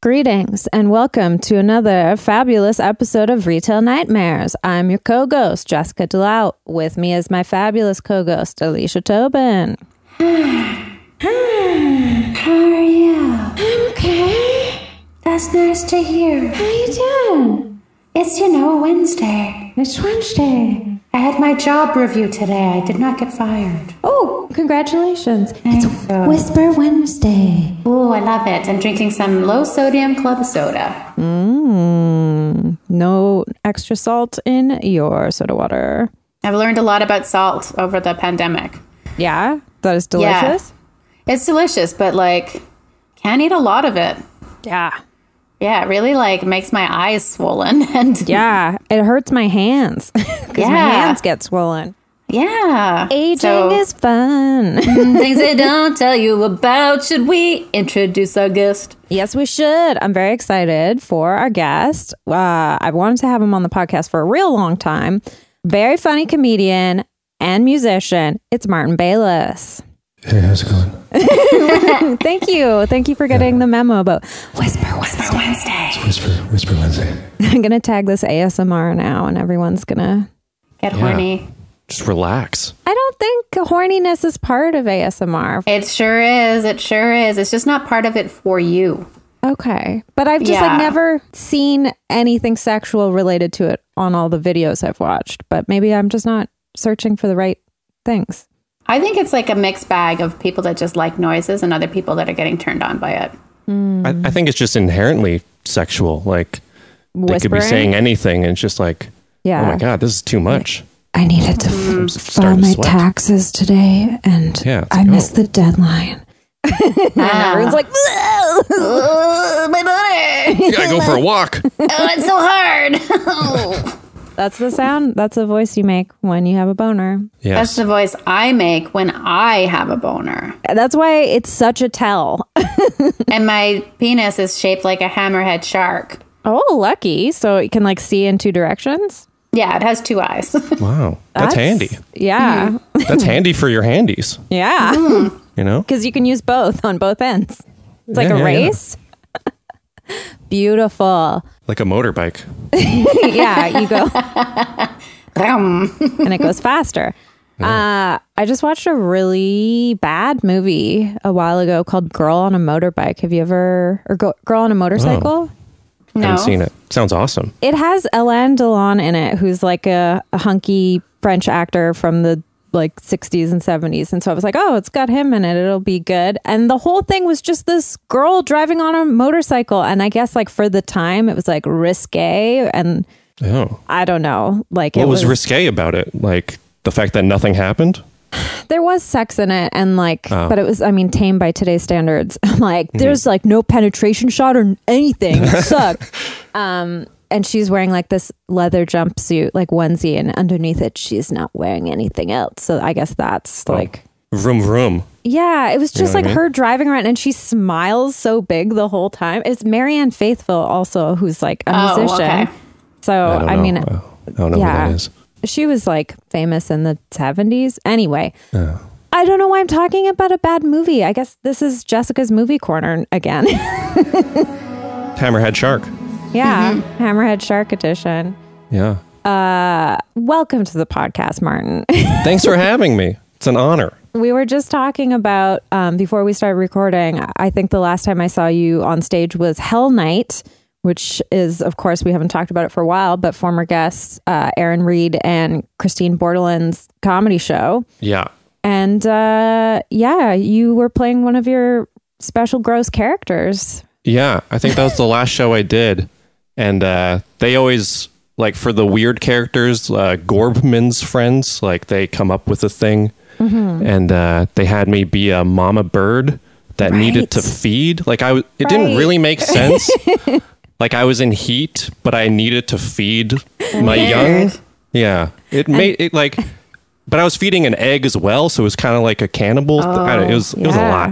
Greetings and welcome to another fabulous episode of Retail Nightmares. I'm your co ghost, Jessica Delout. With me is my fabulous co ghost, Alicia Tobin. How are you? I'm okay. Oh, That's nice to hear. How you doing? It's, you know, Wednesday. It's Wednesday. I had my job review today. I did not get fired. Oh, congratulations. It's Whisper Wednesday. Ooh, I love it. I'm drinking some low sodium club soda. Mmm. No extra salt in your soda water. I've learned a lot about salt over the pandemic. Yeah, that is delicious. It's delicious, but like, can't eat a lot of it. Yeah. Yeah, it really like makes my eyes swollen and Yeah. It hurts my hands because my Yeah. hands get swollen. yeah. Aging So- is fun. Things they don't tell you about. Should we introduce our guest? Yes, we should. I'm very excited for our guest. Uh, I've wanted to have him on the podcast for a real long time. Very funny comedian and musician. It's Martin Bayless. Hey, how's it going? Thank you. Thank you for getting the memo about Whisper Whisper Wednesday. Whisper, Whisper Wednesday. I'm going to tag this ASMR now, and everyone's going to. Get horny. just relax. I don't think horniness is part of ASMR. It sure is. It sure is. It's just not part of it for you. Okay. But I've just like Yeah. never seen anything sexual related to it on all the videos I've watched, but maybe I'm just not searching for the right things. I think it's like a mixed bag of people that just like noises and other people that are getting turned on by it. I, I think it's just inherently sexual. Like they could be saying anything, and it's just like, yeah. oh my god, this is too much. I needed to I'm f- s- file starting to my sweat. taxes today and Yeah, it's I like, oh. missed the deadline. and everyone's like, Oh, my body! You gotta go for a walk. Oh, it's so hard. that's the sound. That's the voice you make when you have a boner. That's Yes, the voice I make when I have a boner, That's why it's such a tell. and my penis is shaped like a hammerhead shark. Oh, lucky. So it can like see in two directions. Yeah, it has two eyes. wow, that's, handy. Yeah. That's handy for your handies. Yeah. You know, Because you can use both on both ends. It's like Yeah, a yeah, yeah. race. Beautiful. like a motorbike. yeah. You go. Vroom. and it goes faster. Uh, I just watched a really bad movie a while ago called Girl on a Motorbike. Have you ever, or Go- Girl Oh. on a Motorcycle? no, Haven't seen it. Sounds awesome. It has Alain Delon in it, who's like a, a hunky French actor from the like 60s and 70s. And so I was like, oh, it's got him in it. It'll be good. And the whole thing was just this girl driving on a motorcycle. And I guess like for the time, it was like risque. And Oh, I don't know. Like it what was risque about it? Like the fact that nothing happened. there was sex in it and like Oh. but it was i mean tame by today's standards like Mm-hmm. there's like no penetration shot or anything it sucked um and she's wearing like this leather jumpsuit like onesie and underneath it she's not wearing anything else so i guess that's like Vroom vroom. yeah it was just Oh. what I like mean? her driving around and she smiles so big the whole time it's marianne faithful also who's like a Oh, musician okay. so I don't Oh, i, know. Uh, mean I I don't know yeah. who that is. she was like famous in the 70s. Anyway, I don't know why I'm talking about a bad movie. I guess this is Jessica's movie corner again. Hammerhead shark. yeah, Hammerhead Shark Edition. Yeah. Welcome to the podcast, Martin. Thanks for having me. It's an honor. we were just talking about um, before we started recording. I think the last time I saw you on stage was Hell Night, which is, of course, we haven't talked about it for a while, but former guests uh, Aaron Reed and Christine Bordeland's comedy show. Yeah. And uh, yeah, you were playing one of your special gross characters. Yeah, I think that was the last show I did, and uh, they always like for the weird characters, uh, Gorbman's friends, like they come up with a thing, Mm-hmm. and uh, they had me be a mama bird that needed to Right. feed. Like I, w- it didn't Right. really make sense. like I was in heat, but I needed to feed my young. Yeah, it made it like. But I was feeding an egg as well, so it was kind of like a cannibal. th- I don't- it was it was a yeah. lot.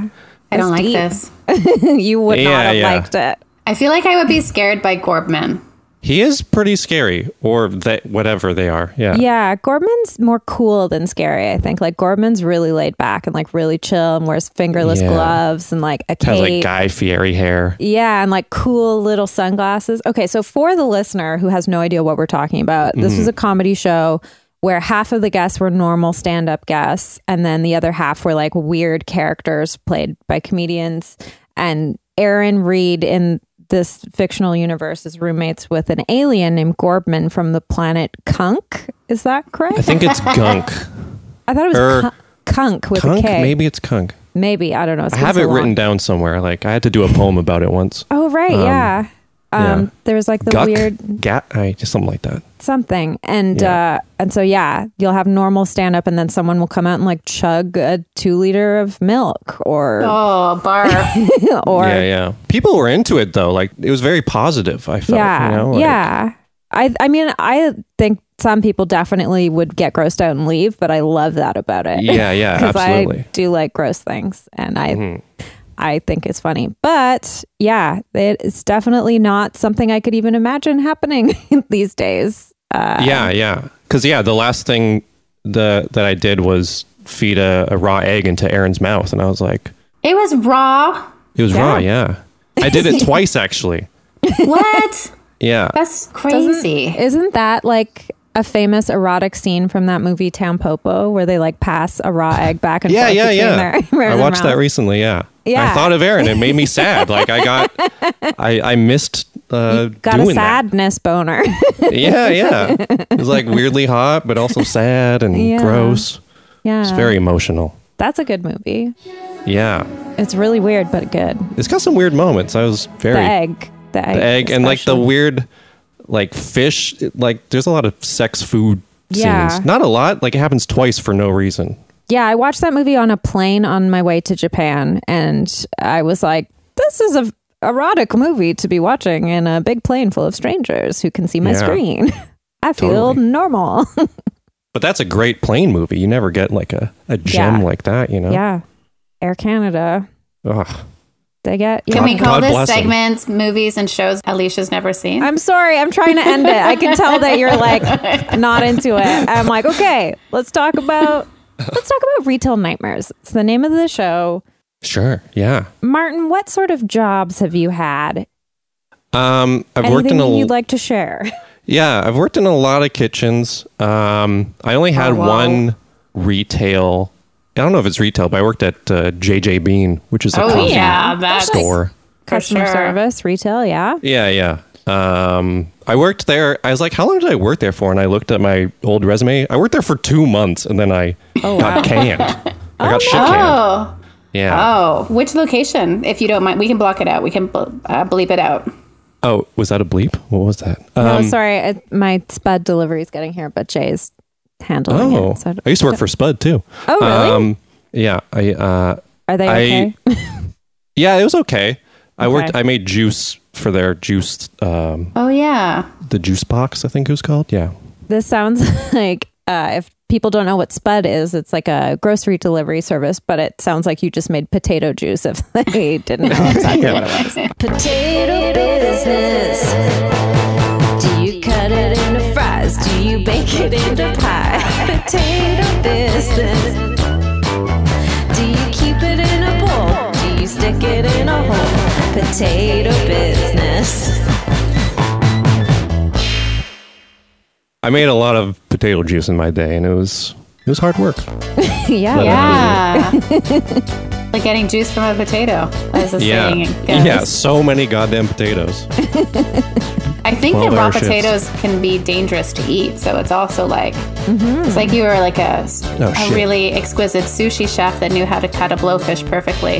I don't That's like deep. this. you would not Yeah, have yeah. liked it. I feel like I would be scared by Gorbman. He is pretty scary, or that whatever they are. Yeah. Yeah, Gorman's more cool than scary, I think. Like Gorman's really laid back and like really chill and wears fingerless Yeah. gloves and like a Has cape. like Guy Fieri hair. Yeah, and like cool little sunglasses. Okay, so for the listener who has no idea what we're talking about, this Mm-hmm. was a comedy show where half of the guests were normal stand up guests, and then the other half were like weird characters played by comedians. And Aaron Reed in this fictional universe is roommates with an alien named Gorbman from the planet Kunk. Is that correct? I think it's Gunk. I thought it was er, Kun- Kunk with a Kunk? K. Maybe it's Kunk. Maybe. I don't know. It's I been have so it long. written down somewhere. Like I had to do a poem about it once. Oh, right. yeah. Um, yeah. There was like the Guck, weird Gat, I, just something like that. something and Yeah. uh and so yeah you'll have normal stand up and then someone will come out and like chug a two liter of milk or Oh, barf. or yeah, yeah yeah. People were into it though. Like it was very positive. I felt. yeah, You know, like- i i mean i think some people definitely would get grossed out and leave but i love that about it Yeah, yeah, 'Cause absolutely. Mm-hmm. i do like gross things and i I think it's funny, but yeah, it's definitely not something I could even imagine happening these days. yeah, yeah. Because yeah, the last thing the that I did was feed a, a raw egg into Aaron's mouth, and I was like, it was raw. it was raw. Yeah, I did it twice actually. What? Yeah, That's crazy. Isn't that like a famous erotic scene from that movie Tampopo where they like pass a raw egg back and yeah, forth yeah, between yeah. their- their I watched that mouths? recently. Yeah. Yeah. I thought of Aaron. It made me sad. Like I got, I I missed uh, Got a doing sadness boner. that. Yeah, yeah. It was like weirdly hot, but also sad and Yeah. Uh-huh. gross. yeah, It's very emotional. That's a good movie. Yeah. It's really weird but good. It's got some weird moments. I was very The egg, the egg, the egg and like the especially. weird like fish like there's a lot of sex food Yeah. scenes. Not a lot, like it happens twice for no reason. Yeah, I watched that movie on a plane on my way to Japan, and I was like, "This is a erotic movie to be watching in a big plane full of strangers who can see my Yeah. screen." I feel Totally. normal. But that's a great plane movie. You never get like a, a gem Yeah. like that, you know? yeah, Air Canada. Ugh. They get. Yeah. Can we call God this bless 'em. segment movies and shows Alicia's never seen? I'm sorry. I'm trying to end it. I can tell that you're like not into it. I'm like, okay, let's talk about let's talk about retail nightmares. It's the name of the show. Sure. Yeah. Martin, what sort of jobs have you had? Um I've worked in Anything a you'd like to share? Yeah, I've worked in a lot of kitchens. Um I only had wow. one retail I don't know if it's retail, but I worked at uh, JJ Bean, which is a oh, coffee yeah. That's store. Customer sure. service, retail, yeah. Yeah, yeah. Um, I worked there. I was like, how long did I work there for? And I looked at my old resume. I worked there for two months, and then I got canned. I got shit canned. Oh. Yeah. Oh. Which location? If you don't mind, we can block it out. We can bl- uh, bleep it out. Oh. was that a bleep? What was that? No, Um, Oh, sorry, I, my spud delivery is getting here, but Jay's handling oh, it. so- I used to work for Spud too. Oh, really? Um, yeah. I. Uh, Are they I- okay? yeah, it was okay. I worked. Okay. I made juice for their juice. Um, Oh, yeah. the juice box, I think it was called. Yeah. This sounds like uh, if people don't know what Spud is, it's like a grocery delivery service, but it sounds like you just made potato juice if they didn't know exactly what it was. Potato business. Do you cut it into fries? Do you bake it into pie? Potato business. Do you keep it in a bowl? Do you stick it in a hole? Potato business. I made a lot of potato juice in my day, and it was it was hard work. yeah. Yeah. like getting juice from a potato, as the Yeah. saying goes. Yeah, so many goddamn potatoes. I think that 12 raw hour shifts. potatoes can be dangerous to eat, so it's also like it's like you were like a, s- Mm-hmm. Oh, a shit. really exquisite sushi chef that knew how to cut a blowfish perfectly.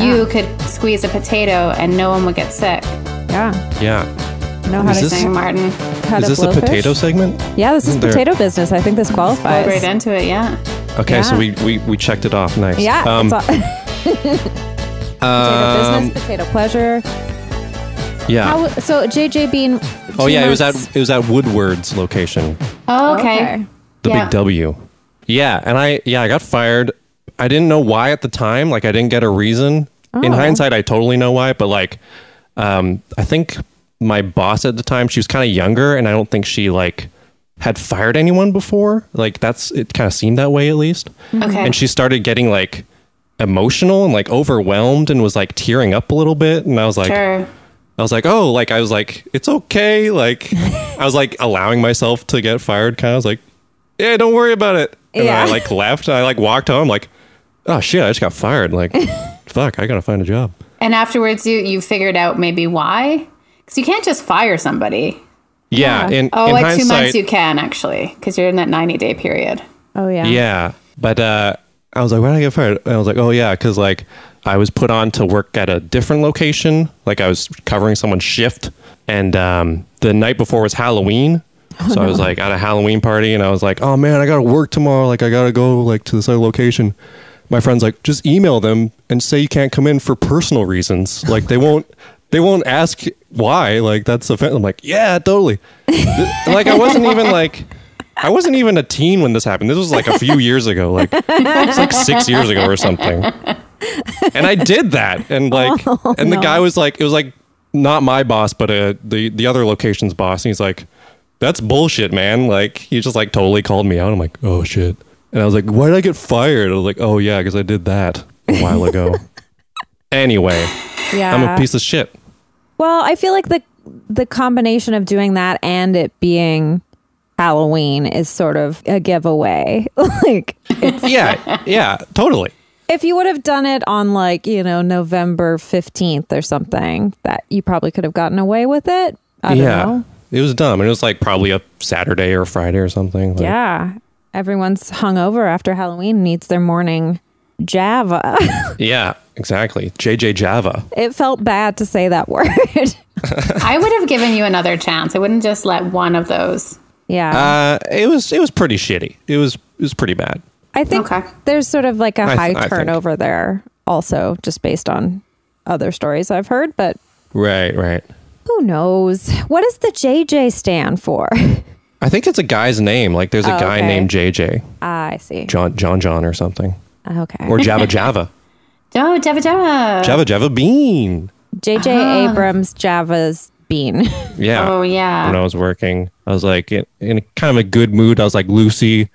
You could squeeze a potato and no one would get sick. Yeah. Yeah. Know how Is to this- Saying Martin, cut Is a this a blowfish. potato segment? Yeah, this is Isn't there- potato business. I think this qualifies. right into it, yeah. Okay, so Yeah. we, we we checked it off. Nice. Yeah. Um, it's all- potato um, business, potato pleasure. yeah. How, so JJ Bean. oh two yeah, it was at months- it was at Woodward's location, Oh, okay. Okay. the Yeah. big W. Yeah, and I yeah, I got fired. I didn't know why at the time, Oh. like I didn't get a reason. In hindsight, I totally know why, but like um I think my boss at the time, she was kind of younger, and I don't think she like had fired anyone before. Like that's it kind of seemed that way at least. Okay. And she started getting like emotional and like overwhelmed and was like tearing up a little bit and I was like sure. I was like, "Oh, like I was like it's okay." Like I was like allowing myself to get fired kind of I was like, "Yeah, don't worry about it." And Yeah. I like left. I like walked home like, "Oh shit, I just got fired." Like, fuck, I got to find a job. And afterwards, you you figured out maybe why, because you can't just fire somebody. Yeah, in, Oh, in at two hindsight, months you can actually, because you're in that ninety day period. Oh yeah. Yeah. But uh, I was like, why did I get fired? And I was like, oh, yeah, because like I was put on to work at a different location. Like I was covering someone's shift. And um, the night before was Halloween. So I was like at a Halloween party and I was like, oh man, I got to work tomorrow. Like I got to go like to this other location. My friend's like, just email them and say you can't come in for personal reasons. Like they won't. They won't ask why. Like that's offensive. I'm like, yeah, totally. Th- like I wasn't even like I wasn't even a teen when this happened. This was like a few years ago, like it's like six years ago or something. And I did that, and like, Oh, and the guy was like, it was like not my boss, but uh, the the other location's boss, and he's like, "That's bullshit, man!" Like he just like totally called me out. I'm like, "Oh shit!" And I was like, "Why did I get fired?" I was like, "Oh yeah, because I did that a while ago." anyway, Yeah. I'm a piece of shit. Well, I feel like the the combination of doing that and it being Halloween is sort of a giveaway. like Yeah, yeah, totally. if you would have done it on like, you know, November 15th or something, that you probably could have gotten away with it. I don't know. it was dumb, and it was like probably a Saturday or Friday or something. Like, Yeah. Everyone's hungover after Halloween needs their morning java. Yeah, exactly. JJ Java. it felt bad to say that word. I would have given you another chance. I wouldn't just let one of those. yeah. Uh, it was it was pretty shitty. It was it was pretty bad. I think okay. there's sort of like a th- high I think. turnover there also just based on other stories I've heard, but Right, right. Who knows? What does the JJ stand for? I think it's a guy's name. Like there's a Oh, guy okay. named JJ, Ah, I see. John John John or something, Okay. or Java Java, Oh, Java Java. Java Java Bean. JJ Abrams Java's bean. Yeah. Oh When I yeah. was working, I was like in, in kind of a good mood. I was like Lucy,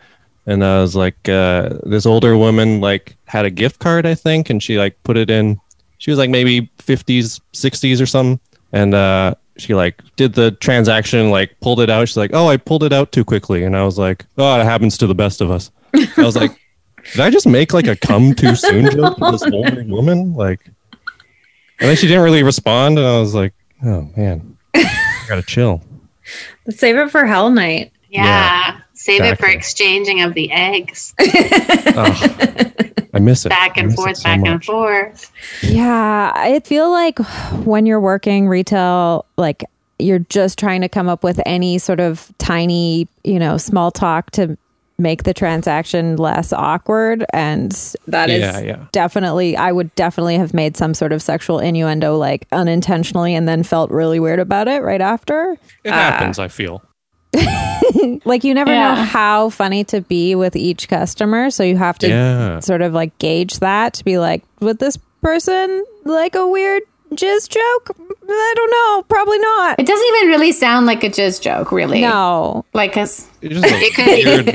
and I was like uh, this older woman like had a gift card I think, and she like put it in. She was like maybe fifties, sixties or something, and uh, she like did the transaction, like pulled it out. She's like, "Oh, I pulled it out too quickly," and I was like, "Oh, it happens to the best of us." I was like, "Did I just make like a come too soon joke to this older woman?" Like, and then she didn't really respond, and I was like, "Oh man." I gotta chill. Save it for Hell Night. Yeah. Yeah, Save it exactly. for exchanging of the eggs Oh, I miss it. back I and miss forth, it so back and much. forth. Yeah, I feel like when you're working retail, like you're just trying to come up with any sort of tiny, you know, small talk to make the transaction less awkward and that is Yeah, yeah. definitely I would definitely have made some sort of sexual innuendo like unintentionally and then felt really weird about it right after. It happens. I feel. like you never know Yeah. how funny to be with each customer so you have to Yeah. sort of like gauge that to be like would this person like a weird jizz joke i don't know probably not It doesn't even really sound like a jizz joke, really. no Like, 'cause- It's just a It could be weird,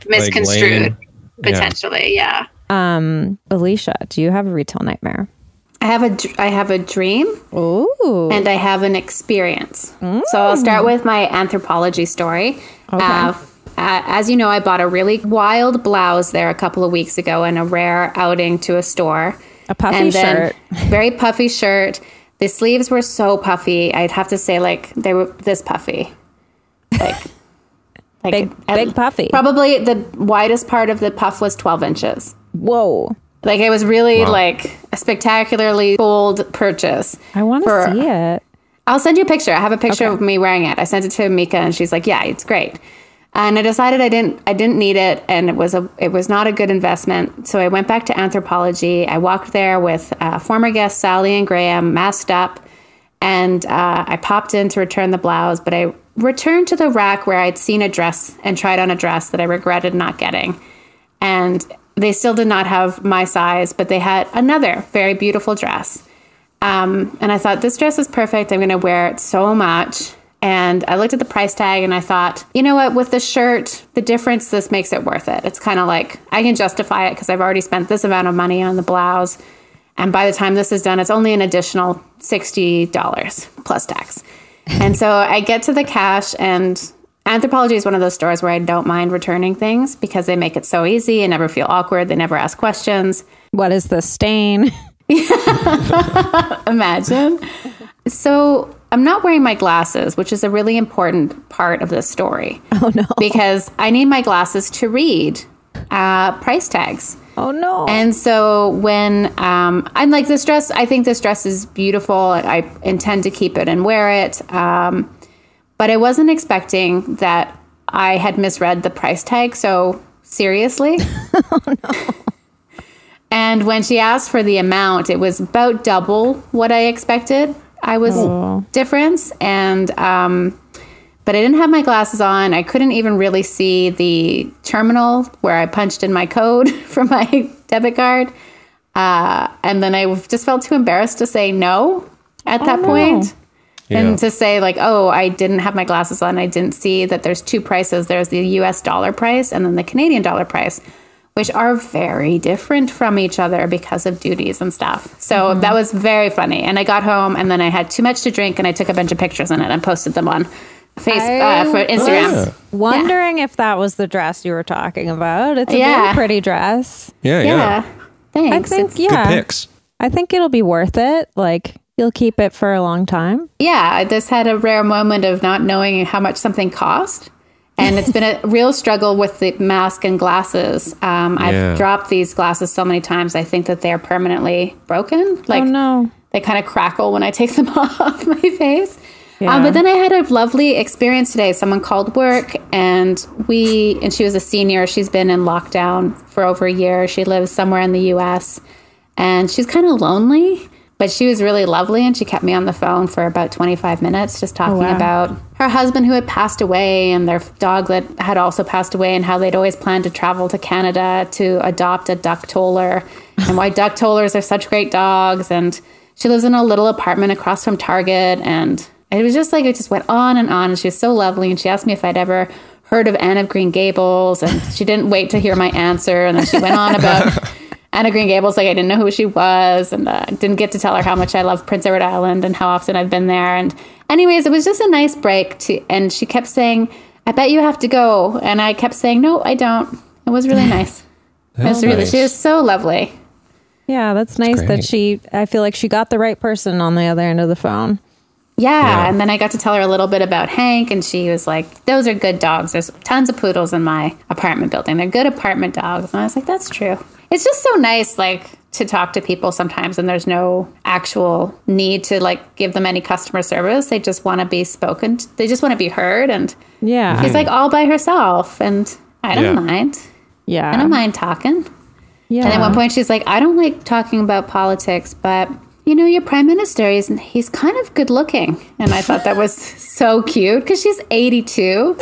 like, misconstrued lame- potentially. Yeah. um alicia do you have a retail nightmare I have a dr- I have a dream. ooh and I have an experience. So Mm. I'll start with my anthropology story. Uh, uh, as you know, I bought a really wild blouse there a couple of weeks ago in a rare outing to a store. A puffy shirt. Very puffy shirt. The sleeves were so puffy. I'd have to say, like, they were this puffy. Like, like big I- big puffy Probably the widest part of the puff was 12 inches. whoa Like, it was really like a spectacularly bold purchase. i want to For- see it I'll send you a picture. I have a picture of me wearing it. I sent it to Mika, and she's like, "Yeah, it's great." And I decided I didn't I didn't need it, and it was a it was not a good investment. So I went back to anthropology. I walked there with uh, former guests Sally and Graham, masked up, and uh, I popped in to return the blouse. But I returned to the rack where I'd seen a dress and tried on a dress that I regretted not getting and they still did not have my size, but they had another very beautiful dress. Um, and I thought, this dress is perfect. I'm going to wear it so much. And I looked at the price tag and I thought, you know what, with the shirt, the difference, this makes it worth it. It's kind of like I can justify it because I've already spent this amount of money on the blouse. And by the time this is done, it's only an additional $60 plus tax. and so I get to the cash, and Anthropology is one of those stores where I don't mind returning things because they make it so easy. I never feel awkward. They never ask questions. What is the stain? Imagine. So I'm not wearing my glasses, which is a really important part of this story. Oh, no. Because I need my glasses to read uh, price tags. Oh no. And so when um, I'm like this dress, I think this dress is beautiful. I intend to keep it and wear it. Um, but I wasn't expecting that I had misread the price tag so seriously. Oh, And when she asked for the amount, it was about double what I expected. I was difference, and um, but I didn't have my glasses on. I couldn't even really see the terminal where I punched in my code for my debit card. Uh, and then I just felt too embarrassed to say no at that point. Yeah. And to say like, oh, I didn't have my glasses on. I didn't see that there's two prices. There's the U.S. dollar price and then the Canadian dollar price, which are very different from each other because of duties and stuff. So Mm-hmm. that was very funny. And I got home and then I had too much to drink and I took a bunch of pictures in it and posted them on Facebook uh, for Instagram. was wondering if that was the dress you were talking about. It's a Yeah. very pretty dress. yeah, Yeah. yeah. I Thanks. think It's- yeah. Good picks. I think it'll be worth it. Like you'll keep it for a long time. yeah, this had a rare moment of not knowing how much something cost. And it's been a real struggle with the mask and glasses. Um, Yeah. I've dropped these glasses so many times, I think that they are permanently broken. Like, oh no. they kind of crackle when I take them off my face. Yeah. Um, but then I had a lovely experience today. Someone called work, and we and she was a senior. She's been in lockdown for over a year. She lives somewhere in the U.S. and she's kind of lonely. But she was really lovely, and she kept me on the phone for about 25 minutes, just talking about her husband who had passed away and their dog that had also passed away, and how they'd always planned to travel to Canada to adopt a duck toller, and why duck tollers are such great dogs, and she lives in a little apartment across from Target. And it was just like, it just went on and on. And she was so lovely. And she asked me if I'd ever heard of Anne of Green Gables. And she didn't wait to hear my answer. And then she went on about Anne of Green Gables, like I didn't know who she was. And uh, didn't get to tell her how much I love Prince Edward Island and how often I've been there. And, anyways, it was just a nice break. To, and she kept saying, I bet you have to go. And I kept saying, No, I don't. It was really nice. It was really, nice. She was so lovely. Yeah, that's nice great. that she I feel like she got the right person on the other end of the phone. Yeah, Yeah. and then I got to tell her a little bit about Hank, and she was like, "Those are good dogs. There's tons of poodles in my apartment building. They're good apartment dogs." And I was like, "That's true." It's just so nice, like to talk to people sometimes, and there's no actual need to like give them any customer service. They just want to be spoken. To. They just want to be heard, and Yeah. she's like all by herself, and I don't Hmm. Yeah. mind. yeah. I don't mind talking. Yeah. And at one point, she's like, "I don't like talking about politics, but you know, your prime minister is he's kind of good looking." And I thought that was so cute because she's eighty-two,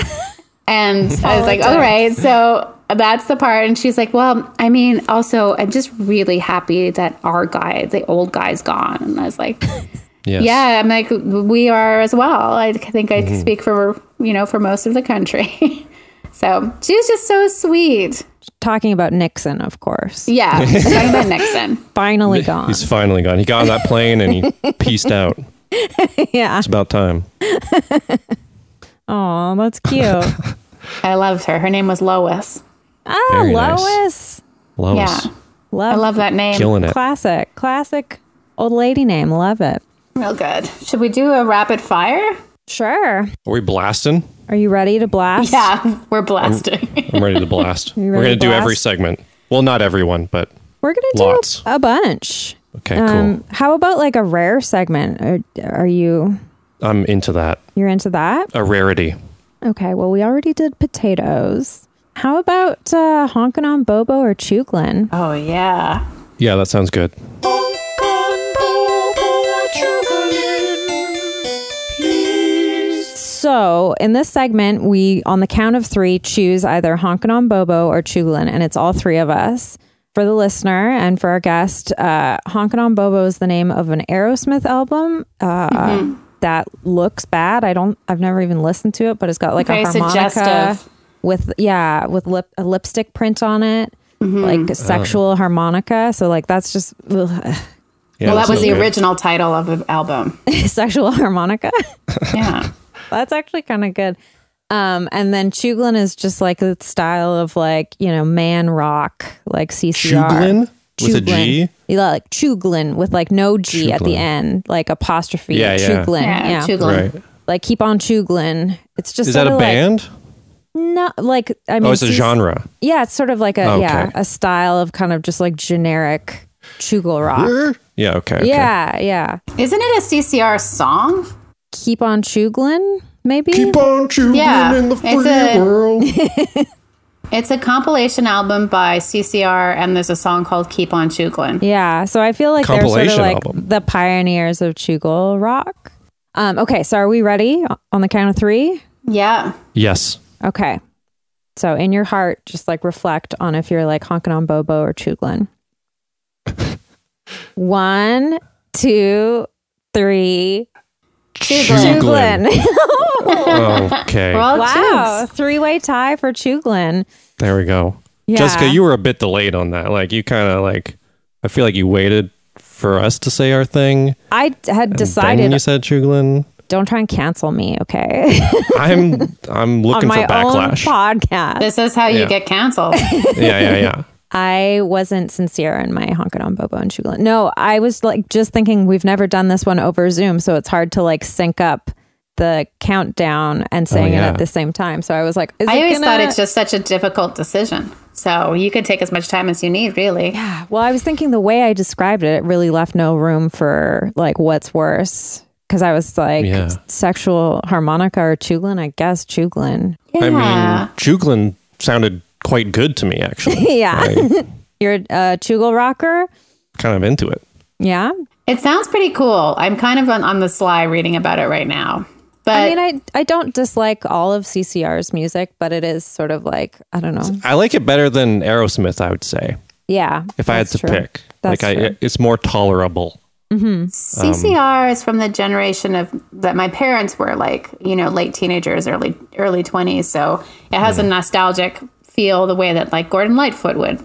and I was like, "All right, so." That's the part. And she's like, Well, I mean, also, I'm just really happy that our guy, the old guy's gone. And I was like, Yes. Yeah, I'm like, we are as well. I think I speak for, you know, for most of the country. so she was just so sweet. Talking about Nixon, of course. Yeah. Talking about Nixon. Finally gone. He's finally gone. He got on that plane and he pieced out. It's yeah. about time. Oh, that's cute. ah, I loved her. Her name was Lois. Very nice. Lois. Lois. Yeah. Love, I love that name. Killing it. classic. Classic old lady name. Love it. Real good. Should we do a rapid fire? Sure. Are we blasting? Are you ready to blast? Yeah, we're blasting. I'm ready to blast. We're ready going to to do every blast? segment. Well, not everyone, but We're going to do Lots. a bunch. okay, Um, how about like a rare segment? Are, are you cool. I'm into that. you're into that? A rarity. Okay. Well, we already did potatoes. How about uh, honking on Bobo or Chuglin? oh yeah. Yeah, that sounds good. So in this segment, we on the count of three choose either honking on Bobo or Chuglin, and it's all three of us. for the listener and for our guest, uh, Honkin' on Bobo is the name of an Aerosmith album. Uh, Mm-hmm. That looks bad. I don't. I've never even listened to it, but it's got like Very a harmonica suggestive. with yeah with lip a lipstick print on it, Mm-hmm. like a sexual harmonica. So like that's just ugh, Yeah, well, that that's was so the weird. original title of the album. sexual harmonica. Yeah. That's actually kind of good. Um, and then Chuglin is just like the style of like you know man rock, like CCR. Chuglin? With a Chuglin. G? yeah, like Chuglin with like no G at the Chuglin. end, like apostrophe. Yeah, yeah. Chuglin, Yeah. yeah, Chuglin. Right. Like keep on Chuglin. It's just Is that sorta a like- band? no, like I mean, oh, it's a CC genre. Yeah, it's sort of like a Okay. yeah a style of kind of just like generic Chugl rock. Yeah. Okay. okay. Yeah, yeah. Isn't it a CCR song? Keep on Chuglin, maybe. Keep on chugging Yeah, in the it's free a- world. It's a compilation album by CCR, and there's a song called Keep on Chuglin. Yeah, so I feel like they're sort of Compilation like album. the pioneers of chugol rock. Um, okay, so are we ready on the count of three? Yeah. yes. Okay, so in your heart, just like reflect on if you're like honking on Bobo or Chuglin. One, two, three. Chuglin. Chuglin. Chuglin. okay. We're all wow, twos. three way tie for Chuglin. There we go. Yeah. Jessica, you were a bit delayed on that. Like you kind of like, I feel like you waited for us to say our thing. I had Then decided. you said Chuglin. don't try and cancel me, okay? I'm I'm on looking for my own backlash. podcast. This is how you Yeah. get canceled. yeah, yeah, yeah. I wasn't sincere in my honkin' on Bobo and Chuglin. No, I was like just thinking we've never done this one over Zoom, so it's hard to like sync up the countdown and saying it Oh, yeah. at the same time. So I was like, is I it always gonna- thought it's just such a difficult decision. So you could take as much time as you need, really. Well, I was thinking the way I described it, it really left no room for like what's worse. Because I was like Yeah. sexual harmonica or Chuglin, I guess Chuglin. Yeah. I mean, Chuglin sounded quite good to me actually. Yeah. I You're a Chugel rocker. kind of into it. Yeah. it sounds pretty cool. I'm kind of on, on the sly reading about it right now. But I mean, I I don't dislike all of CCR's music, but it is sort of like I don't know. I like it better than Aerosmith. I would say Yeah, if I had to that's true. pick. That's like I, true. it's more tolerable. CCR is from the generation of that my parents were like, you know, late teenagers, early early twenties. So it has a nostalgic feel the way that like Gordon Lightfoot would.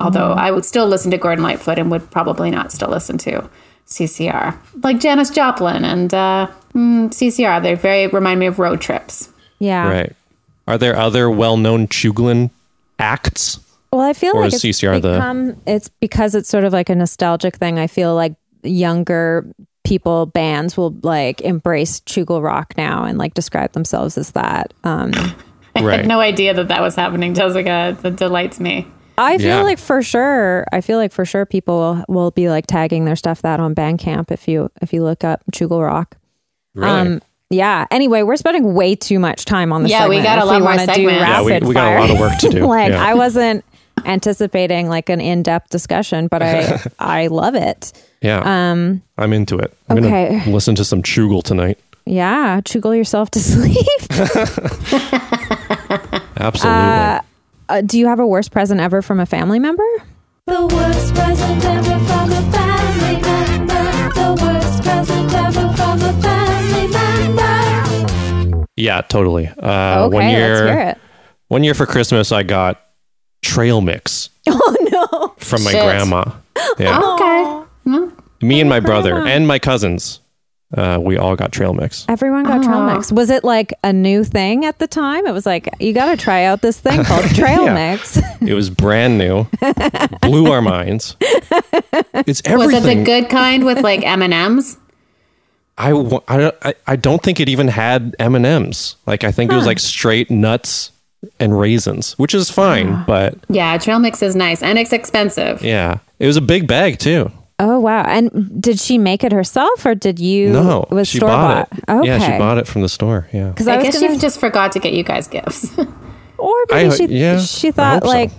Although I would still listen to Gordon Lightfoot and would probably not still listen to CCR. Like Janis Joplin and uh, mm, CCR, they very remind me of road trips. yeah. Right. Are there other well-known Chuglin acts? Well, I feel Or like is it's CCR the- become it's because it's sort of like a nostalgic thing. I feel like younger people bands will like embrace chugel rock now and like describe themselves as that. Um, I had Right. no idea that that was happening, Jessica. It delights me. I feel Yeah. like for sure, I feel like for sure people will, will be like tagging their stuff that on Bandcamp if you if you look up chugel rock. Really? Um, yeah. Anyway, we're spending way too much time on this. Yeah, we segment got a if lot more wanna do segments. Yeah, yeah, we, rapid we got fire. a lot of work to do. like yeah. I wasn't anticipating like an in-depth discussion, but I I love it. Yeah. Um, I'm into it. I'm okay. gonna listen to some Chugal tonight. Yeah, chugle yourself to sleep. Absolutely. uh, do you have a worst present ever from a family member? The worst present ever from a family member. The worst present ever from a family member. yeah, totally. Uh, okay, one year, let's hear it. one year for Christmas, I got trail mix Oh from my Shit. grandma. Yeah, Okay. me and my brother grandma. and my cousins. Uh, we all got trail mix. no! Everyone got trail mix. Was it like a new thing at the time? It was like you got to try out this thing called trail Yeah. mix. It was brand new, blew our minds. It's Was everything. it the good kind with like M and M's? I, wa- I, don't- I, I don't think it even had M and M's. Like I think it was like straight nuts and raisins, which is fine. But Yeah, trail mix is nice and it's expensive. yeah, it was a big bag too. oh wow! And did she make it herself, or did you? No, it was she store bought it. Okay, Yeah, she bought it from the store. Yeah, Because I, I, was guess gonna she just forgot to get you guys gifts. Or maybe I- she yeah, she I thought hope so. like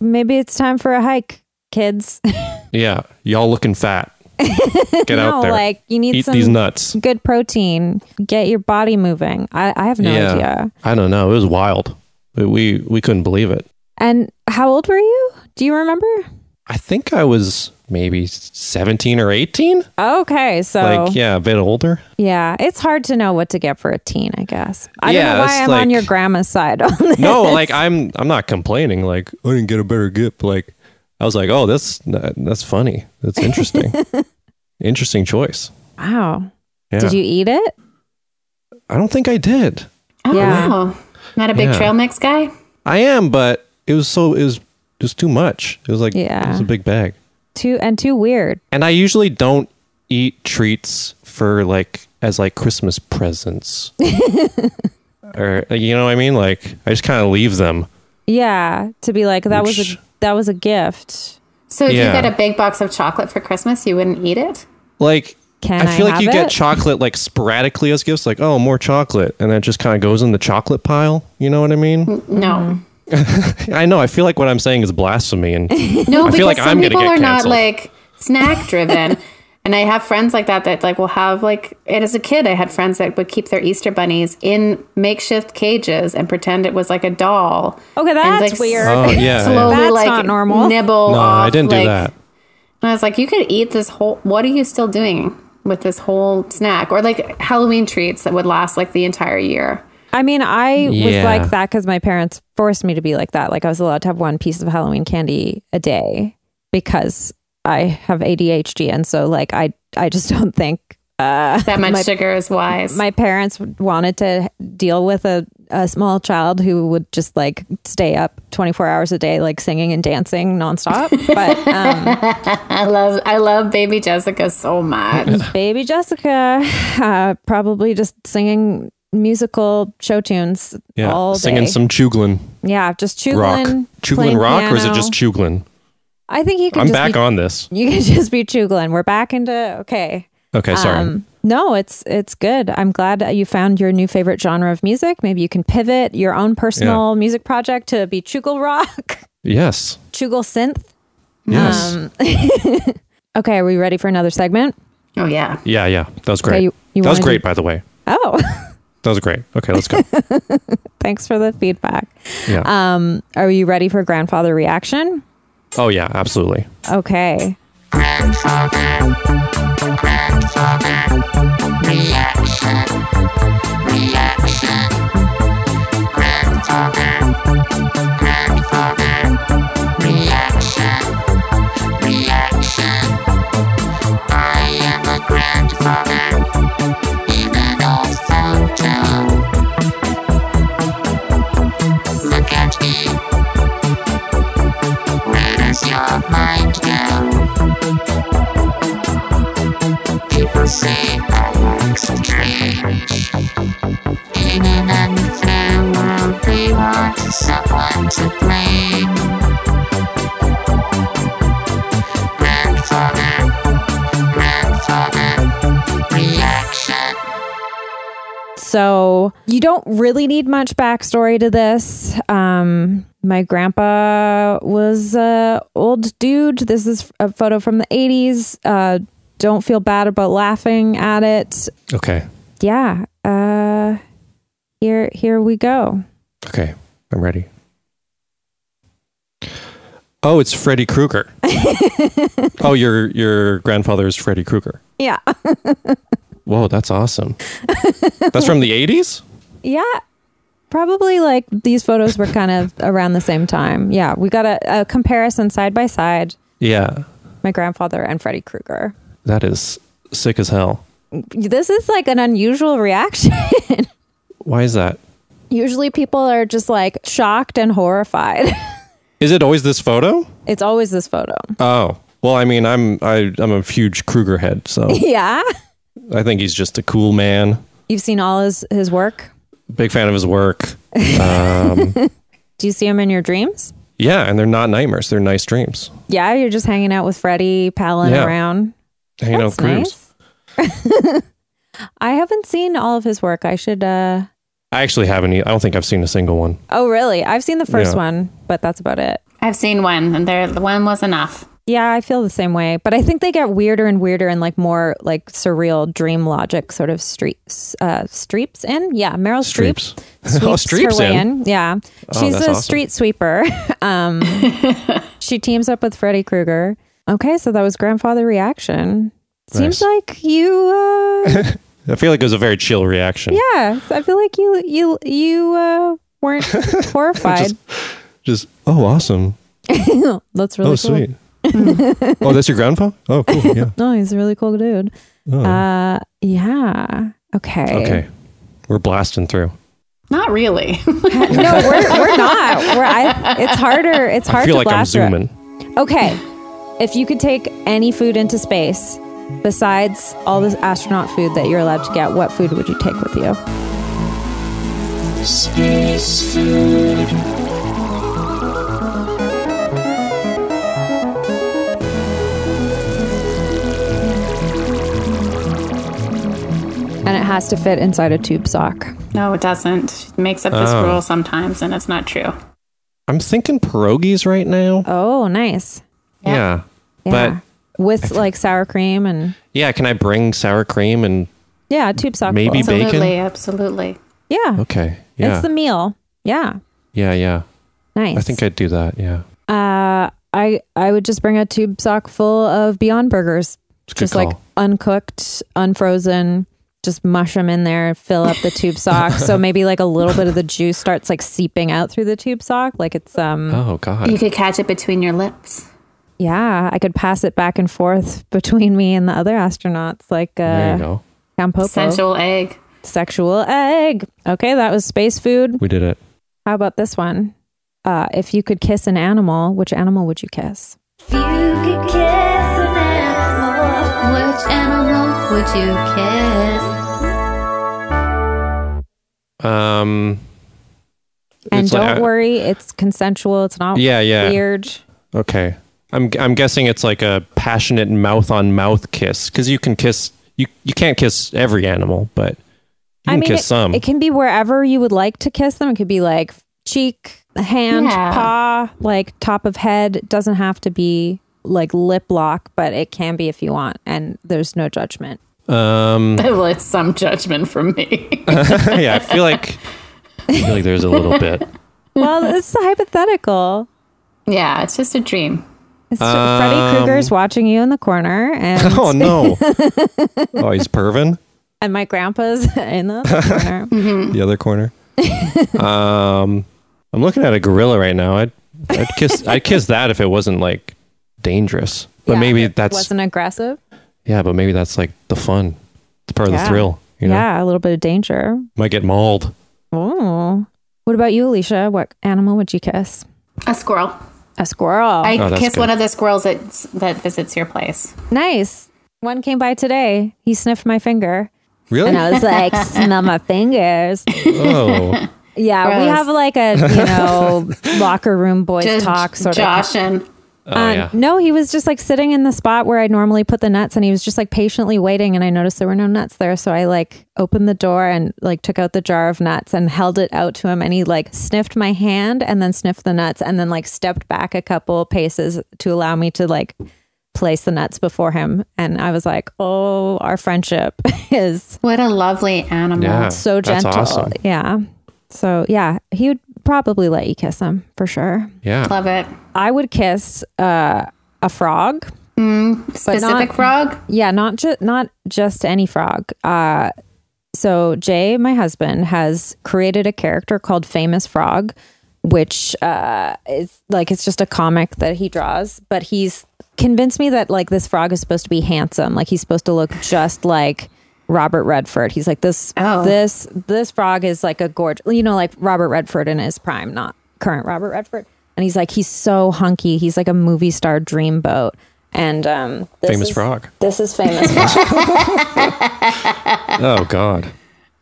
maybe it's time for a hike, kids. yeah. Y'all looking fat? Get no, out there. like you need Eat some these nuts. good protein. Get your body moving. I, I have no yeah, idea. I don't know. It was wild. We, we we couldn't believe it. And how old were you? Do you remember? I think I was maybe 17 or 18. Okay, so Like, yeah, a bit older. yeah, it's hard to know what to get for a teen, I guess. I Yeah, don't know why that's I'm on like- your grandma's side on this. No, like I'm I'm not complaining. Like I didn't get a better gift. but, Like I was like, oh, that's that's funny. That's interesting. interesting choice. Wow. Yeah. Did you eat it? I don't think I did. Oh, Yeah. wow. Not a big Yeah. trail mix guy? I am, but it was so it was it was too much. It was like it Yeah. was a big bag. Too and too weird. And I usually don't eat treats for like as like Christmas presents. or you know what I mean? Like I just kind of leave them. Yeah, to be like that was Which- a that was a gift. So if Yeah. you get a big box of chocolate for Christmas, you wouldn't eat it? Like Can I feel I like you have it? get chocolate like sporadically as gifts, like oh more chocolate, and then it just kind of goes in the chocolate pile. You know what I mean? Mm-hmm. No. I know. I feel like what I'm saying is blasphemy, and oh, No, I because feel like some I'm gonna people get are not canceled. like snack driven. and I have friends like that that like will have like and as a kid I had friends that would keep their Easter bunnies in makeshift cages and pretend it was like a doll. Okay, And, that's like, weird. oh yeah, Slowly yeah. That's like not normal. nibble no, off. I didn't do like- that. And I was like, you could eat this whole what are you still doing with this whole snack? Or like Halloween treats that would last like the entire year. I mean, I was Yeah. like that because my parents forced me to be like that. Like I was allowed to have one piece of Halloween candy a day because I have ADHD, and so like I I just don't think uh, That much my, sugar is wise. my parents wanted to deal with a, a small child who would just like stay up 24 hours a day like singing and dancing nonstop but um, I love I love baby Jessica so much. baby jessica uh, probably just singing musical show tunes Yeah, all day. singing some Chuglin Yeah, just rock, Chuglin. playing Chuglin rock, or is it piano. just Chuglin? I think you can. I'm just back be, on this. You can just be Chuglin. We're back into okay. Okay, sorry. um, no, it's it's good. I'm glad you found your new favorite genre of music. Maybe you can pivot your own personal music project to be Chugel rock, yes, Chugel synth. yes, um, Okay, are we ready for another segment? Oh yeah. yeah, yeah. That was great. Okay, you- you that was wanna great, do- by the way. Oh, That was great. Okay, let's go. thanks for the feedback. Yeah. Um, are you ready for grandfather reaction? oh yeah, absolutely. Okay. Look at me. Where does your mind go? People say I look strange. Even unfair world, they want someone to blame. Grandfather, grandfather, reaction. So you don't really need much backstory to this. Um, my grandpa was a old dude. This is a photo from the '80s. Uh, don't feel bad about laughing at it. Okay, Yeah. Uh, here, here we go. okay, I'm ready. Oh, it's Freddy Krueger. oh, your your grandfather is Freddy Krueger. Yeah. Whoa, that's awesome. That's from the 80s? Yeah. Probably like these photos were kind of around the same time. Yeah. We got a, a comparison side by side. Yeah. My grandfather and Freddy Krueger. That is sick as hell. This is like an unusual reaction. Why is that? Usually people are just like shocked and horrified. Is it always this photo? it's always this photo. Oh. Well, I mean, I'm I, I'm a huge Krueger head, so Yeah. I think he's just a cool man. You've seen all his, his work. Big fan of his work. Do you see him in your dreams? Yeah, and they're not nightmares; they're nice dreams. Yeah, you're just hanging out with Freddy, palling Yeah. around. Hanging out with That's Krueger's. nice. I haven't seen all of his work. I should uh I actually haven't. e- I don't think I've seen a single one. Oh really? I've seen the first Yeah. one, but that's about it. I've seen one and there the one was enough. Yeah, I feel the same way, but I think they get weirder and weirder and like more like surreal dream logic sort of streets uh streeps in. Yeah, Meryl Streep Streeps. sweeps oh, Streeps her way in. in. Yeah, she's that's a awesome. street sweeper. um, she teams up with Freddy Krueger. Okay, so that was grandfather reaction. Seems Nice. like you uh I feel like it was a very chill reaction. yeah, I feel like you you you uh weren't horrified. Just, just oh, awesome. That's really cool. oh, sweet. oh, that's your grandpa? Oh, cool. Yeah. No, he's a really cool dude. Oh. Uh yeah. Okay. okay. We're blasting through. Not really. No, we're, we're not. We're I, it's harder it's hard I feel to like I'm blast through it. zooming. Okay. If you could take any food into space besides all this astronaut food that you're allowed to get, what food would you take with you? And it has to fit inside a tube sock. no, it doesn't. She makes up this Oh. rule sometimes, and it's not true. I'm thinking pierogies right now. Oh, nice. Yeah. Yeah. Yeah. But With like sour cream and yeah, can I bring sour cream and yeah, a tube sock. Maybe full. ba- Absolutely, Bacon? absolutely. yeah. okay. Yeah. It's the meal. Yeah. yeah, yeah. Nice. I think I'd do that. Yeah. Uh, I I would just bring a tube sock full of Beyond Burgers, It's a good just call. like uncooked, unfrozen. Just mush them in there, fill up the tube sock. so maybe like a little bit of the juice starts like seeping out through the tube sock. Like it's um oh god. You could catch it between your lips. yeah, I could pass it back and forth between me and the other astronauts, like there you uh go. Campopo. Sensual egg. Sexual egg. Okay, that was space food. We did it. How about this one? Uh, if you could kiss an animal, which animal would you kiss? If you could kiss an animal, which animal would you kiss? Um And it's don't like- I- worry, it's consensual. It's not Yeah, yeah. weird. Okay. I'm I'm guessing it's like a passionate mouth on mouth kiss cuz you can kiss you you can't kiss every animal, but you can I mean, kiss it, some. it can be wherever you would like to kiss them. It could be like cheek, hand, Yeah. paw, like top of head. It doesn't have to be like lip lock, but it can be if you want. And there's no judgment. um Well, it's some judgment from me. yeah, I feel like I feel like there's a little bit. well, it's hypothetical. yeah, it's just a dream. It's Freddy Krueger's watching you in the corner, and Um, Oh no. oh, he's pervin. and my grandpa's in the other corner. The other corner. Um I'm looking at a gorilla right now. I'd I'd kiss I'd kiss that if it wasn't like dangerous. But Yeah, maybe it that's wasn't aggressive. yeah, but maybe that's like the fun. It's part of Yeah. the thrill. You know? Yeah, a little bit of danger. Might get mauled. Oh. What about you, Alicia? What animal would you kiss? A squirrel. A squirrel. I Oh, that's kiss good. one of the squirrels that that visits your place. nice. One came by today. He sniffed my finger. Really? And I was like, smell my fingers. Oh. Yeah, we Gross. have like a, you know, locker room boys Just talk sort of. Josh and Oh Um, yeah. No, he was just like sitting in the spot where I normally put the nuts and he was just like patiently waiting. And I noticed there were no nuts there. So I like opened the door and like took out the jar of nuts and held it out to him. And he like sniffed my hand and then sniffed the nuts and then like stepped back a couple paces to allow me to like place the nuts before him. And I was like, oh, our friendship is what a lovely animal. Yeah. so That's gentle. awesome. Yeah. So yeah, he would probably let you kiss him for sure. Yeah. Love it. I would kiss uh, a frog. Specific not- frog. Yeah, not just not just any frog. Uh, so Jay, my husband, has created a character called Famous Frog, which uh, is like it's just a comic that he draws, but he's convinced me that like this frog is supposed to be handsome, like he's supposed to look just like Robert Redford. He's like this Oh. this this frog is like a gorgeous, you know, like Robert Redford in his prime, not current Robert Redford. And he's like he's so hunky. He's like a movie star dreamboat. And um, this Famous is- frog. This is famous frog. Oh god.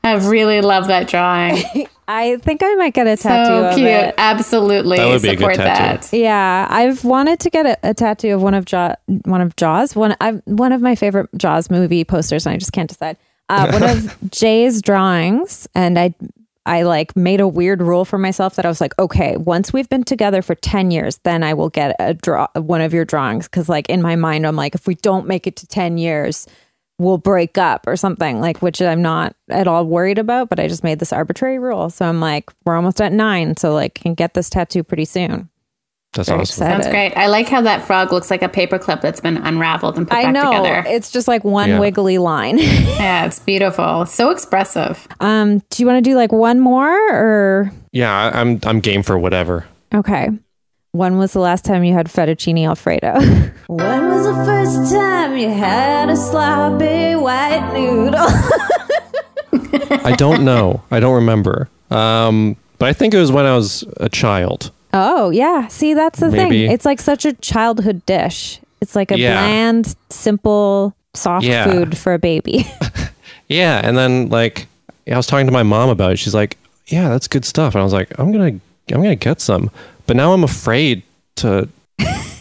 I really love that drawing. I think I might get a tattoo so of cute. it. Absolutely That would be a good support tattoo. that. Yeah, I've wanted to get a, a tattoo of one of Jaw, one of Jaws, one I one of my favorite Jaws movie posters, and I just can't decide. Uh, one of Jay's drawings, and I I like made a weird rule for myself that I was like, okay, once we've been together for ten years, then I will get a draw one of your drawings because like in my mind I'm like, if we don't make it to ten years, we'll break up or something like which I'm not at all worried about, but I just made this arbitrary rule, so I'm like, we're almost at nine, so like can get this tattoo pretty soon. That's Very awesome. excited. Sounds great. I like how that frog looks like a paperclip that's been unraveled and put I back know. together. It's just like one Yeah. wiggly line. yeah, it's beautiful. So expressive. um, do you want to do like one more or Yeah, I, I'm I'm game for whatever. okay? When was the last time you had fettuccine alfredo? when was the first time you had a sloppy white noodle? I don't know. I don't remember. Um, but I think it was when I was a child. oh yeah, see that's the Maybe. thing. It's like such a childhood dish. It's like a Yeah. bland, simple, soft Yeah. food for a baby. Yeah, and then like I was talking to my mom about it. She's like, "Yeah, that's good stuff." And I was like, "I'm gonna I'm gonna get some," but now I'm afraid to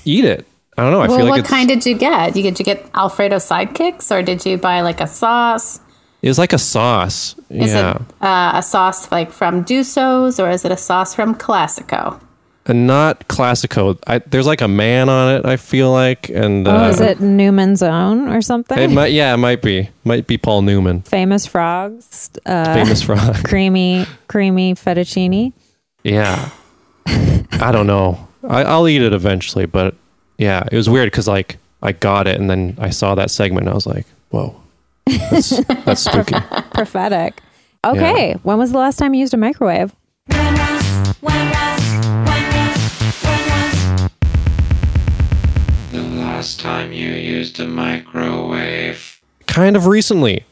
eat it. I don't know. I well, feel like what it's kind did you get? You- Did you get Alfredo sidekicks or did you buy like a sauce? it was like a sauce. Is yeah, it uh, a sauce like from Duso's or is it a sauce from Classico? and not classico. I, there's like a man on it. I feel like, and Oh, uh, Is it Newman's Own or something? It might, yeah, it might be, might be Paul Newman, Famous frogs, uh, famous frog. creamy, creamy fettuccine. Yeah. I don't know. I, I'll eat it eventually, but yeah, it was weird because like I got it and then I saw that segment and I was like, whoa, that's, that's spooky. prophetic. Okay, Yeah. when was the last time you used a microwave? The last time you used a microwave. Kind of recently,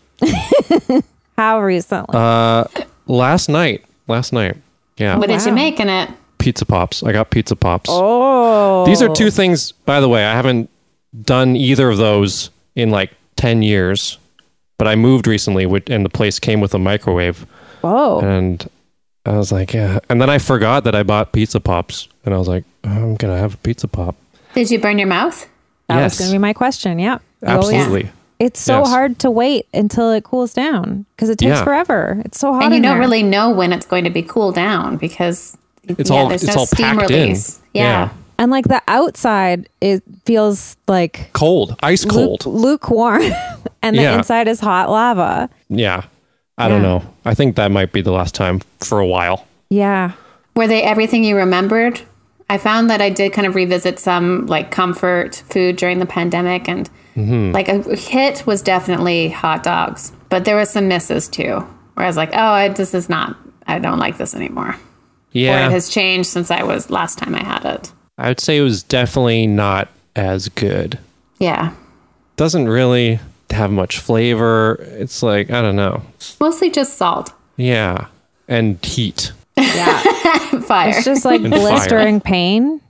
How recently? Uh, last night, last night. Yeah, What did you make in it? pizza pops. I got pizza pops. oh, These are two things, by the way, I haven't done either of those in like 10 years, but I moved recently which- and the place came with a microwave. Oh. Whoa, And I was like, yeah. And then I forgot that I bought pizza pops. And I was like, I'm going to have a pizza pop. Did you burn your mouth? that yes. was going to be Oh, my question. Oh, Yeah, You always- Absolutely. It's so Yes. hard to wait until it cools down because it takes Yeah. forever. It's so hot, And you in don't there. really know when it's going to be cooled down because It's yeah, all there's it's no all steam packed release. in. Yeah. and like the outside, it feels like Cold, ice lu- cold. lukewarm, and the Yeah. inside is hot lava. Yeah. I don't know. I think that might be the last time for a while. Yeah, Were they everything you remembered? I found that I did kind of revisit some like comfort food during the pandemic, and Mm-hmm. like a hit was definitely hot dogs, but there were some misses too, where I was like, oh, I, this is not, I don't like this anymore. Or it Yeah. has changed since I was last time I had it. I would say it was definitely not as good. Yeah. Doesn't really have much flavor. It's like, I don't know. Mostly just salt, Yeah. And heat. fire. it's just like fire. blistering pain.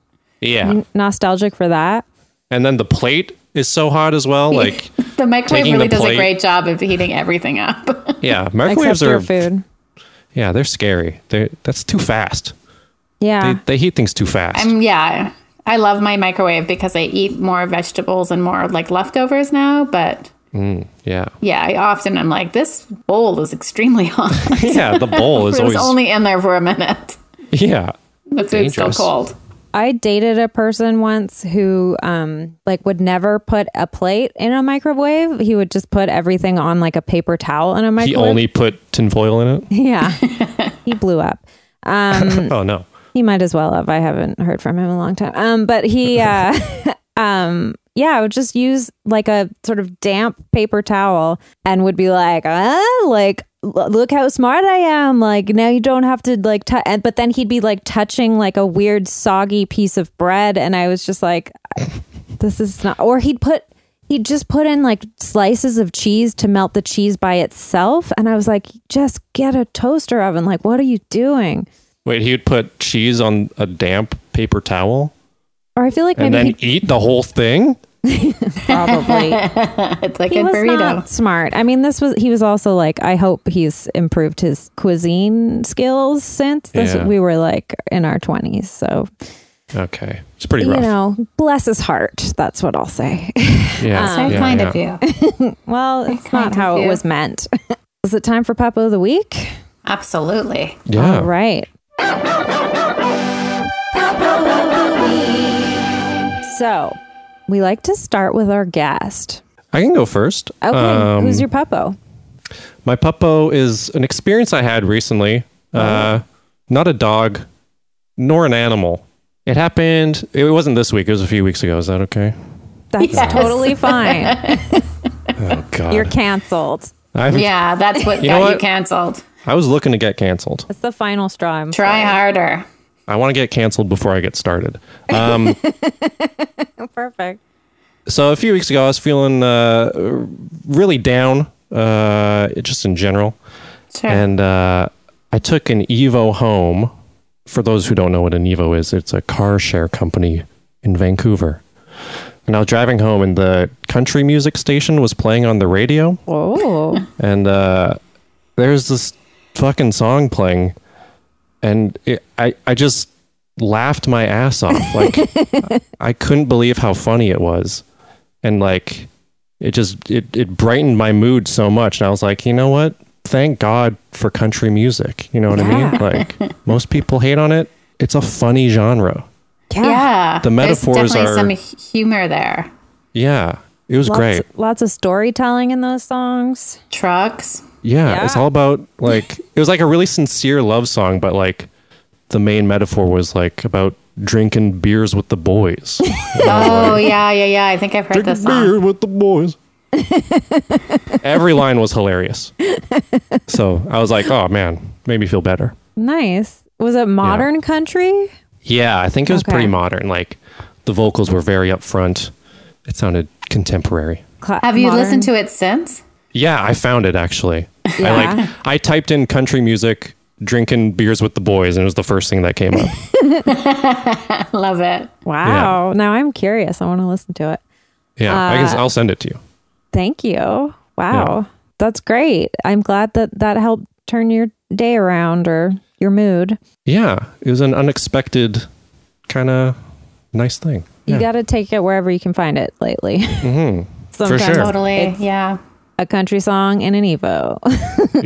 Yeah. Mm. Nostalgic for that. And then the plate is so hot as well. Like, the microwave taking really the does a plate- great job of heating everything up. yeah, Except microwaves your are food. Yeah, they're scary. They that's too fast. Yeah. They, they heat things too fast. Um, yeah, I love my microwave because I eat more vegetables and more like leftovers now. But yeah. yeah, I often am like, this bowl is extremely hot. it Yeah, the bowl is was always only in there for a minute. Yeah. The food's still Dangerous. cold. I dated a person once who um like would never put a plate in a microwave. He would just put everything on like a paper towel in a He microwave. only put tinfoil in it. yeah. he blew up. Um, Oh no. He might as well have. I haven't heard from him in a long time. Um but he uh um yeah, I would just use like a sort of damp paper towel and would be like, "Ah, like l- look how smart I am. Like now you don't have to like tou and but then he'd be like touching like a weird soggy piece of bread and I was just like this is not or he'd put he'd just put in like slices of cheese to melt the cheese by itself and i was like just get a toaster oven like what are you doing Wait, he would put cheese on a damp paper towel or i feel like and maybe then he eat the whole thing? probably It's like he a was burrito. not smart i mean this was he was also like i hope he's improved his cuisine skills since this Yeah. we were like in our 20s so Okay. It's pretty you rough. know bless his heart that's what i'll say yeah. uh, Very yeah, kind yeah. of you. well it's not of how it you. was meant is it time for pop of the week Absolutely. Yeah. all right So, we like to start with our guest. I can go first. Okay, Um, who's your puppo? My puppo is an Oh. experience I had recently. Uh, not a dog, nor an animal. It happened. It wasn't this week. It was a few weeks ago. Is that okay? That's Yes. totally fine. Oh God. You're canceled. I'm- Yeah, that's what You know got you what? canceled. I was looking to get canceled. That's the final straw. I'm Try harder. I want to get canceled before I get started. Um, sorry. perfect. so a few weeks ago, I was feeling uh, really down, uh, just in general, Sure. and uh, I took an Evo home. For those who don't know what an Evo is, it's a car share company in Vancouver. And I was driving home, and the country music station was playing on the radio, Oh, and uh, there's this fucking song playing, and it, I I just laughed my ass off. Like I couldn't believe how funny it was, and like it just it it brightened my mood so much. And I was like, you know what? Thank God for country music. You know what I Yeah. mean? Like most people hate on it. It's a funny genre. yeah, The There's metaphors definitely are- some hu- humor there. Yeah, it was lots, great. Lots of storytelling in those songs. Trucks. Yeah, it's Yeah. all about like it was like a really sincere love song, but like the main metaphor was like about drinking beers with the boys. Oh yeah, yeah, yeah. I think I've heard this song. Beer with the boys. Every line was hilarious. So I was like, oh man, made me feel better. Nice. Was it modern country? Yeah, I think it was Okay. pretty modern. Like the vocals were very upfront. It sounded contemporary. Cla- Have you listened to it since? Yeah, I found it actually. I Yeah. like I typed in country music, drinking beers with the boys, and it was the first thing that came up. Love it. Wow. Now I'm curious. I want to listen to it. Yeah, I can, I'll send it to you. Thank you. Wow. That's great. I'm glad that that helped turn your day around or your mood. Yeah, it was an unexpected kind of nice thing. You Yeah. got to take it wherever you can find it lately. Mm-hmm. For sure. Totally. yeah. a country song and an Evo.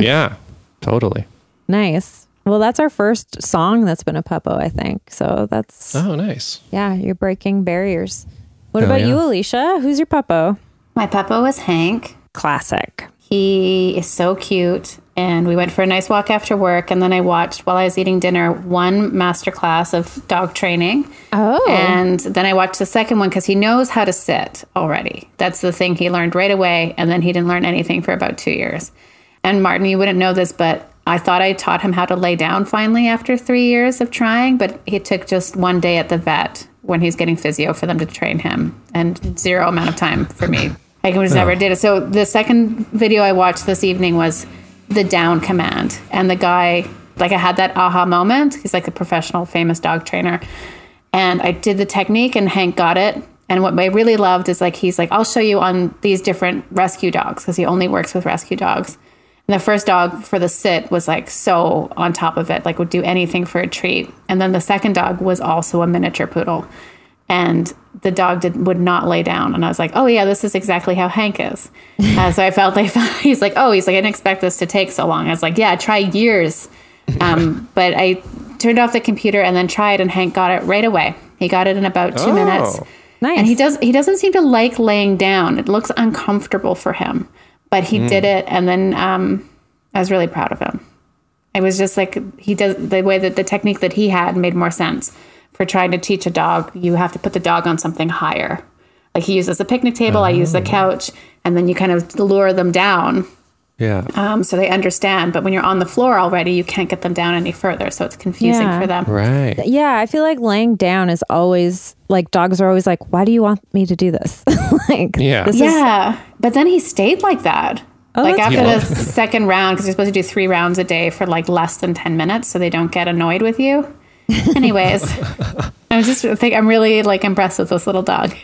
yeah, totally. nice. Well, that's our first song that's been a Puppo, I think. So that's, Oh, nice. yeah, you're breaking barriers. What Hell about you, yeah. Alicia? Who's your Puppo? My papa was Hank. Classic. He is so cute. And we went for a nice walk after work. And then I watched, while I was eating dinner, one masterclass of dog training. Oh. And then I watched the second one because he knows how to sit already. That's the thing he learned right away. And then he didn't learn anything for about two years. And Martin, you wouldn't know this, but I thought I taught him how to lay down finally after three years of trying. But it took just one day at the vet when he's getting physio for them to train him and zero amount of time for me. I just never did it. So the second video I watched this evening was the down command. And the guy, like, I had that aha moment. He's like a professional, famous dog trainer and I did the technique and Hank got it. And what I really loved is like he's like, I'll show you on these different rescue dogs because he only works with rescue dogs. And the first dog for the sit was like so on top of it, like would do anything for a treat. And then the second dog was also a miniature poodle. And the dog did, would not lay down. And I was like, oh, yeah, this is exactly how Hank is. Uh, so I felt like he's like, oh, he's like, I didn't expect this to take so long. I was like, yeah, try years um, but I turned off the computer and then tried, and Hank got it right away. He got it in about two minutes, Nice. and he does. He doesn't seem to like laying down. It looks uncomfortable for him, but he did Mm. it, and then um, I was really proud of him. I was just like he does the way that the technique that he had made more sense for trying to teach a dog. You have to put the dog on something higher. Like he uses a picnic table, I Oh. use the couch, and then you kind of lure them down Yeah. um, so they understand. But when you're on the floor already, you can't get them down any further, so it's confusing Yeah. for them. right. Yeah, I feel like laying down is always like dogs are always like, why do you want me to do this? like, Yeah. this is Yeah, but then he stayed like that. like that's after the second round, because you're supposed to do three rounds a day for like less than ten minutes, so they don't get annoyed with you. Anyways, I'm just think I'm really like impressed with this little dog.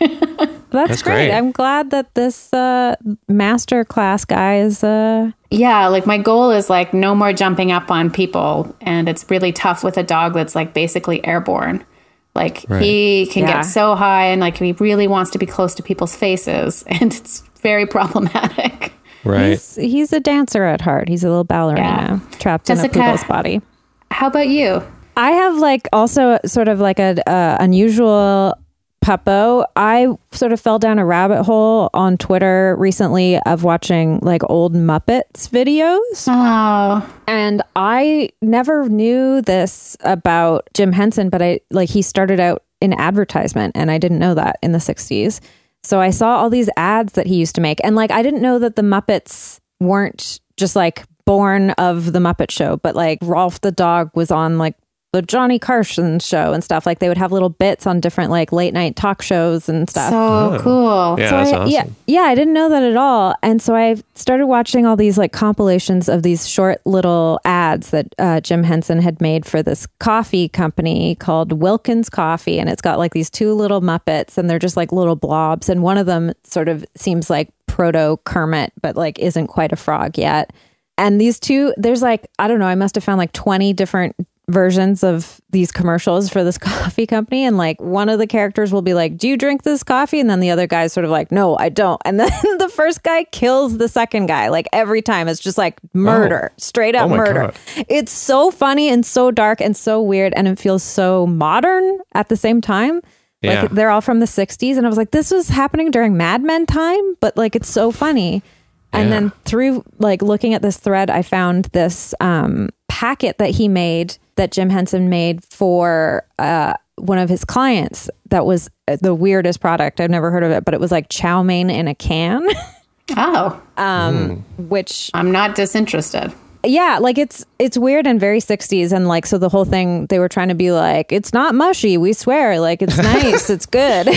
that's, That's great. great. I'm glad that this uh, master class guy is. Uh, Yeah, like my goal is like no more jumping up on people, and it's really tough with a dog that's like basically airborne. Like he can Yeah. get so high, and like he really wants to be close to people's faces, and it's very problematic. Right. he's, he's a dancer at heart. He's a little ballerina trapped Jessica- in a poodle's body. How about you? I have like also sort of like a uh, unusual puppo. I sort of fell down a rabbit hole on Twitter recently of watching like old Muppets videos. Oh, And I never knew this about Jim Henson, but I like he started out in advertisement, and I didn't know that in the 60s. So I saw all these ads that he used to make. And like, I didn't know that the Muppets weren't just like born of the Muppet Show, but like Rolf the dog was on like the Johnny Carson show and stuff. Like, they would have little bits on different like late night talk shows and stuff. Oh, So cool. Yeah, So that's I- awesome. yeah, yeah, I didn't know that at all, and so I started watching all these like compilations of these short little ads that uh, Jim Henson had made for this coffee company called Wilkins Coffee, and it's got like these two little Muppets, and they're just like little blobs, and one of them sort of seems like proto Kermit, but like isn't quite a frog yet. And these two, there's like I don't know, I must have found like twenty different versions of these commercials for this coffee company and like one of the characters will be like do you drink this coffee and then the other guy's sort of like no i don't and then the first guy kills the second guy like every time it's just like murder straight up Oh my murder it's so funny and so dark and so weird and it feels so modern at the same time Yeah. like they're all from the 60s and i was like this was happening during mad men time but like it's so funny and Yeah. then through like looking at this thread, I found this um, packet that he made that Jim Henson made for uh, one of his clients. That was uh, the weirdest product I've never heard of it, but it was like chow mein in a can, Oh, um, which I'm not disinterested. yeah, like it's it's weird and very sixties and like so the whole thing they were trying to be like it's not mushy, we swear, like it's nice, it's good.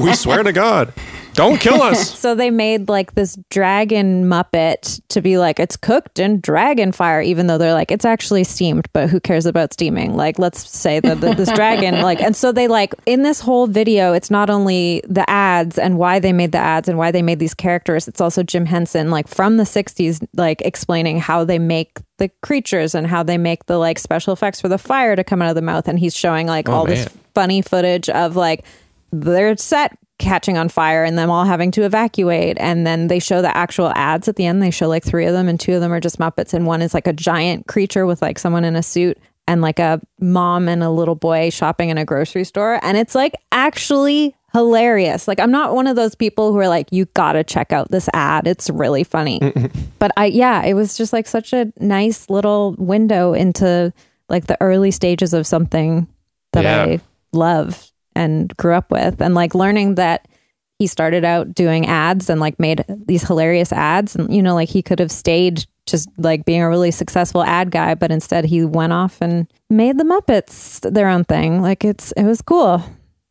we swear to God, don't kill us. So they made like this dragon Muppet to be like, it's cooked in dragon fire, even though they're like, it's actually steamed, but who cares about steaming? Like, let's say that the, this dragon, like, and so they like, in this whole video, it's not only the ads and why they made the ads and why they made these characters, it's also Jim Henson, like from the 60s, like explaining how they make the creatures and how they make the like special effects for the fire to come out of the mouth. And he's showing like all this man. funny footage of like their set catching on fire and them all having to evacuate and then they show the actual ads at the end they show like three of them and two of them are just muppets and one is like a giant creature with like someone in a suit and like a mom and a little boy shopping in a grocery store and it's like actually hilarious like i'm not one of those people who are like you gotta check out this ad it's really funny but i yeah it was just like such a nice little window into like the early stages of something that Yeah. i love and grew up with and like learning that he started out doing ads and like made these hilarious ads and you know like he could have stayed just like being a really successful ad guy but instead he went off and made the muppets their own thing like it's it was cool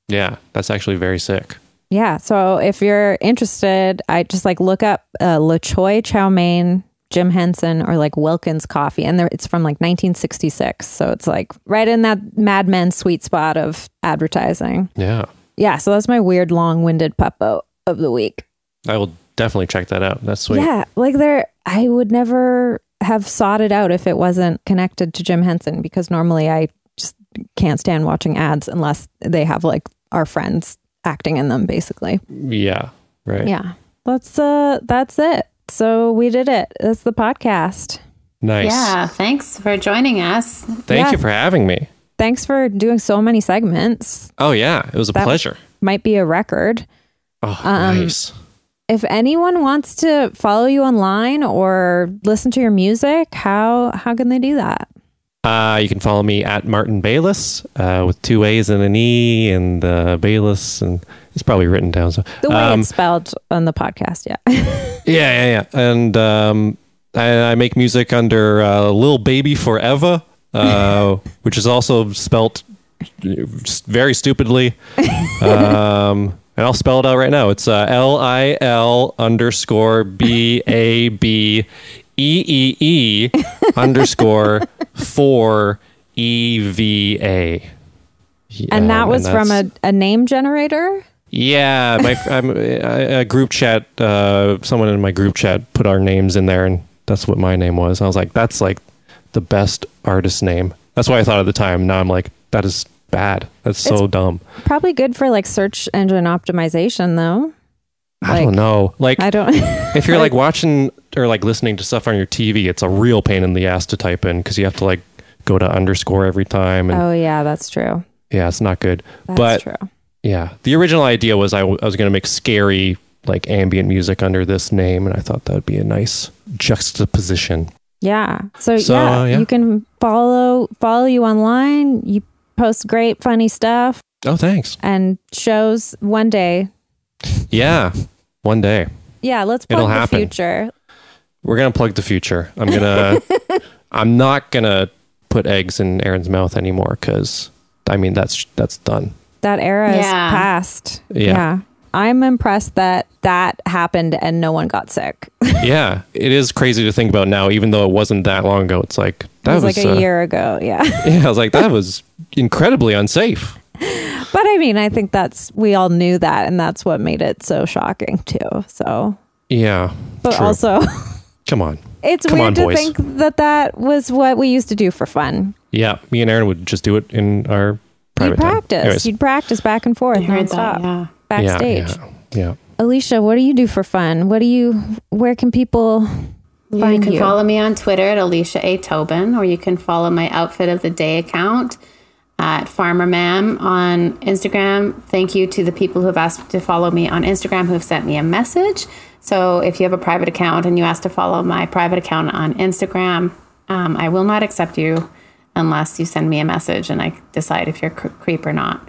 yeah, that's actually very sick. yeah so if you're interested i just like look up uh, lachoy chow mein jim henson or like wilkins coffee and there, it's from like 1966 so it's like right in that mad men sweet spot of advertising Yeah, yeah so that's my weird long-winded puppo of the week I will definitely check that out. That's sweet. Yeah, like there, I would never have sought it out if it wasn't connected to Jim Henson because normally I just can't stand watching ads unless they have like our friends acting in them, basically. Yeah, right. Yeah, that's uh, that's it. So we did it. That's the podcast. Nice. Yeah, thanks for joining us. Thank Yeah. you for having me. Thanks for doing so many segments. Oh yeah, it was a That- pleasure. Might be a record. Oh, Um, nice. If anyone wants to follow you online or listen to your music, how how can they do that? Uh, you can follow me at Martin Bayless uh, with two A's and an E and uh, Bayless, and it's probably written down. So The way Um, it's spelled on the podcast, yeah. Yeah, yeah, yeah. And um, I, I make music under uh, Lil Baby Forever, uh, which is also spelt very stupidly. Um, and I'll spell it out right now. It's uh, L I L underscore B A B E E E underscore four E V A. And that was from a, a name generator. Yeah, my I'm, a group chat. Uh, someone in my group chat put our names in there, and that's what my name was. I was like, that's like the best artist name. That's what I thought at the time. Now I'm like, that is bad. That's so dumb. Probably good for like search engine optimization, though. I like- don't know. Like, I don't. if you're like watching or like listening to stuff on your TV, it's a real pain in the ass to type in because you have to like go to underscore every time, and oh yeah, that's true. yeah, it's not good. That's but true. Yeah. The original idea was I, w- I was going to make scary, like ambient music under this name. And I thought that would be a nice juxtaposition. Yeah. So, So, yeah, uh, yeah. you can follow follow you online. You posts great, funny stuff Oh, thanks. and shows one day. Yeah, one day Yeah, let's plug It'll the happen. future. we're gonna plug the future. I'm gonna. I'm not gonna put eggs in Aaron's mouth anymore because I mean that's that's done. That era is Yeah. past. Yeah. I'm impressed that that happened and no one got sick. yeah, it is crazy to think about now, even though it wasn't that long ago. It's like that It was, like a uh, year ago. Yeah. Yeah, I was like that was incredibly unsafe. But I mean, I think that's we all knew that, and that's what made it so shocking too. So, Yeah, but true. also, come on. it's Come weird on, to boys. think that that was what we used to do for fun. Yeah, me and Aaron would just do it in our You private time. practice. Anyways, You'd practice back and forth heard that, nonstop, yeah. yeah, backstage. yeah, yeah. Alicia, what do you do for fun? What do you? Where can people? you find can you. follow me on Twitter at Alicia A. Tobin, or you can follow my Outfit of the Day account at Farmer Mam on Instagram. Thank you to the people who have asked to follow me on Instagram who have sent me a message. So if you have a private account and you ask to follow my private account on Instagram, um, I will not accept you unless you send me a message and I decide if you're a cr- creep or not.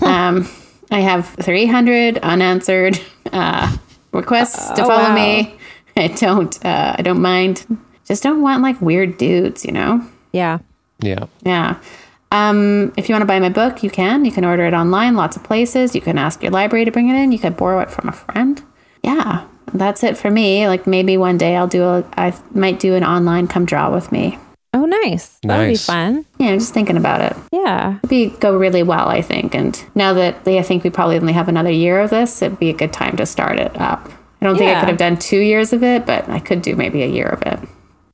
um, I have 300 unanswered uh, requests to follow wow. me. I don't. Uh, I don't mind. Just don't want like weird dudes, you know. Yeah, yeah. Yeah. Um, if you want to buy my book, you can. You can order it online, lots of places. You can ask your library to bring it in. You could borrow it from a friend. Yeah, that's it for me. Like maybe one day I'll do. A, I might do an online come draw with me. Oh, nice. That would be Nice. fun. Yeah, I'm just thinking about it. Yeah. It'd be go really well, I think. And now that I think we probably only have another year of this, it'd be a good time to start it up. I don't think I Yeah. could have done two years of it, but I could do maybe a year of it.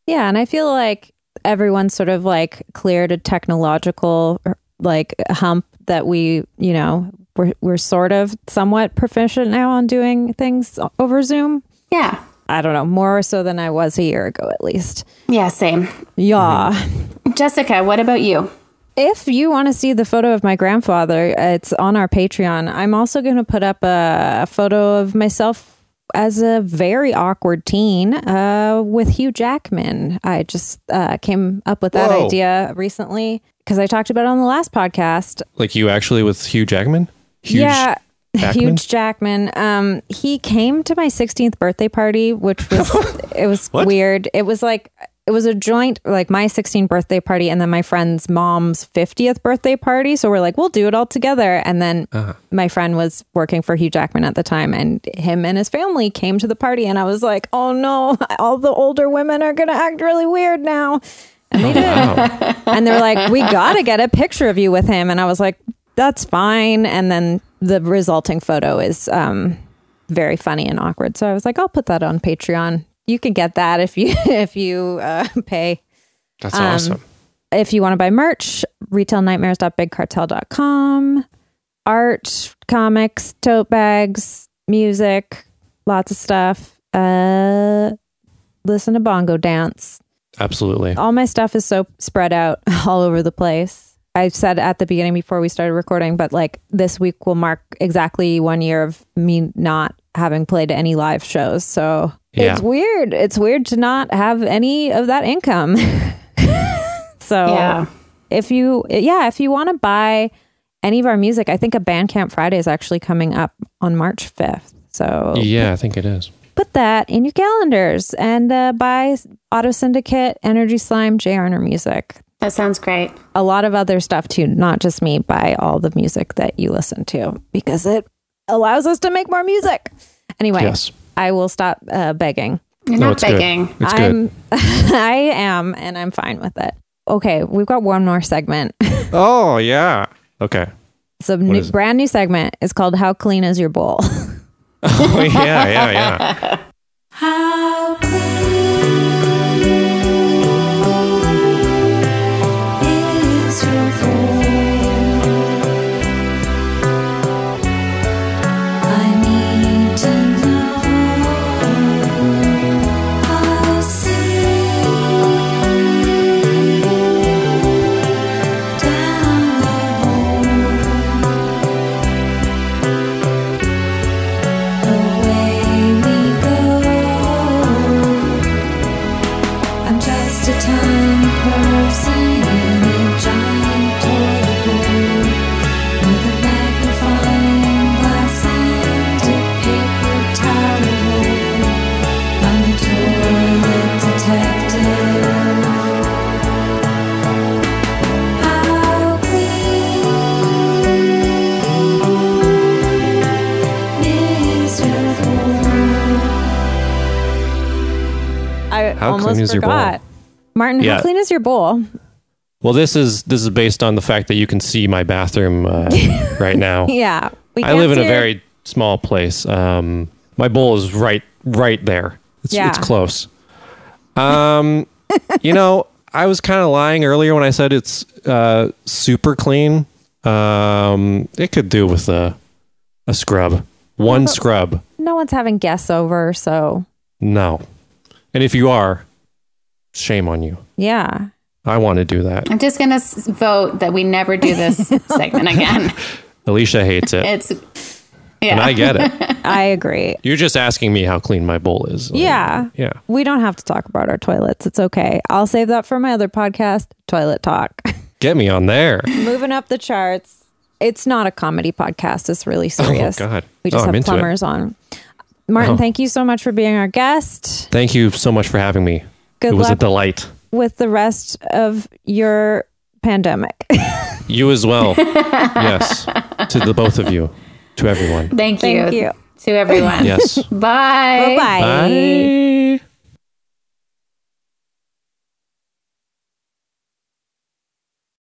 Yeah. And I feel like everyone's sort of like cleared a technological er, like hump that we, you know, we're, we're sort of somewhat proficient now on doing things over Zoom. Yeah. I don't know, more so than I was a year ago, at least. Yeah, same. Yeah. Mm-hmm. Jessica, what about you? If you want to see the photo of my grandfather, it's on our Patreon. I'm also going to put up a, a photo of myself as a very awkward teen uh, with Hugh Jackman. I just uh, came up with that Whoa. idea recently because I talked about it on the last podcast. Like you actually with Hugh Jackman. Huge yeah. Jackman? Huge Jackman. Um, he came to my 16th birthday party, which was it was weird. It was like it was a joint, like my 16th birthday party and then my friend's mom's 50th birthday party. So we're like, we'll do it all together. And then Uh-huh. my friend was working for Hugh Jackman at the time, and him and his family came to the party, and I was like, oh no, all the older women are gonna act really weird now. Oh, Wow. and they're like, "We gotta get a picture of you with him." And I was like, "That's fine." And then the resulting photo is um, very funny and awkward. So I was like, "I'll put that on Patreon. You can get that if you if you uh, pay." That's Um, awesome. if you want to buy merch, retailnightmares.bigcartel.com, art, comics, tote bags, music, lots of stuff. Uh, listen to Bongo Dance. Absolutely. All my stuff is so spread out all over the place. I said at the beginning before we started recording, but like this week will mark exactly one year of me not having played any live shows. So Yeah. it's weird. It's weird to not have any of that income. so Oh. Yeah. if you, yeah, if you want to buy any of our music, I think a Bandcamp Friday is actually coming up on March 5th. So Yeah, I think it is. put that in your calendars and uh, buy Auto Syndicate, Energy Slime, J. Arner music. That sounds great. A lot of other stuff too, not just me. Buy all the music that you listen to because it allows us to make more music. Anyway, Yes. I will stop uh, begging. You're No, not it's good. begging. It's good. I'm, I am, and I'm fine with it. Okay, we've got one more segment. Oh yeah. Okay. It's a new, is it? brand new segment. It's called "How Clean Is Your Bowl." Oh yeah, yeah, yeah. How clean is your bowl? I need to know. I see down the hole. I'm just a time person in a giant toilet bowl. clean almost is your bowl? forgot. Martin, Yeah. how clean is your bowl? Well, this is this is based on the fact that you can see my bathroom uh, right now. Yeah. We I can't live in see a it. very small place. Um, my bowl is right right there. It's, Yeah. it's close. Um, you know, I was kind of lying earlier when I said it's uh, super clean. Um, it could do with a a scrub, one scrub. No one's having guests over, so No, and if you are, shame on you. yeah. I want to do that. I'm just gonna s- vote that we never do this segment again. Alicia hates it, It's yeah, and I get it. I agree. You're just asking me how clean my bowl is. Like, Yeah. Yeah. We don't have to talk about our toilets. It's okay. I'll save that for my other podcast, Toilet Talk. Get me on there. Moving up the charts. It's not a comedy podcast. It's really serious. Oh, God. We just Oh, I'm have into it. plumbers on. Martin, Oh. thank you so much for being our guest. Thank you so much for having me. Good it was a luck. delight. with the rest of your pandemic. You as well. yes. To the both of you. To everyone. Thank you, Thank you. to everyone. Yes. Bye. Bye. Bye.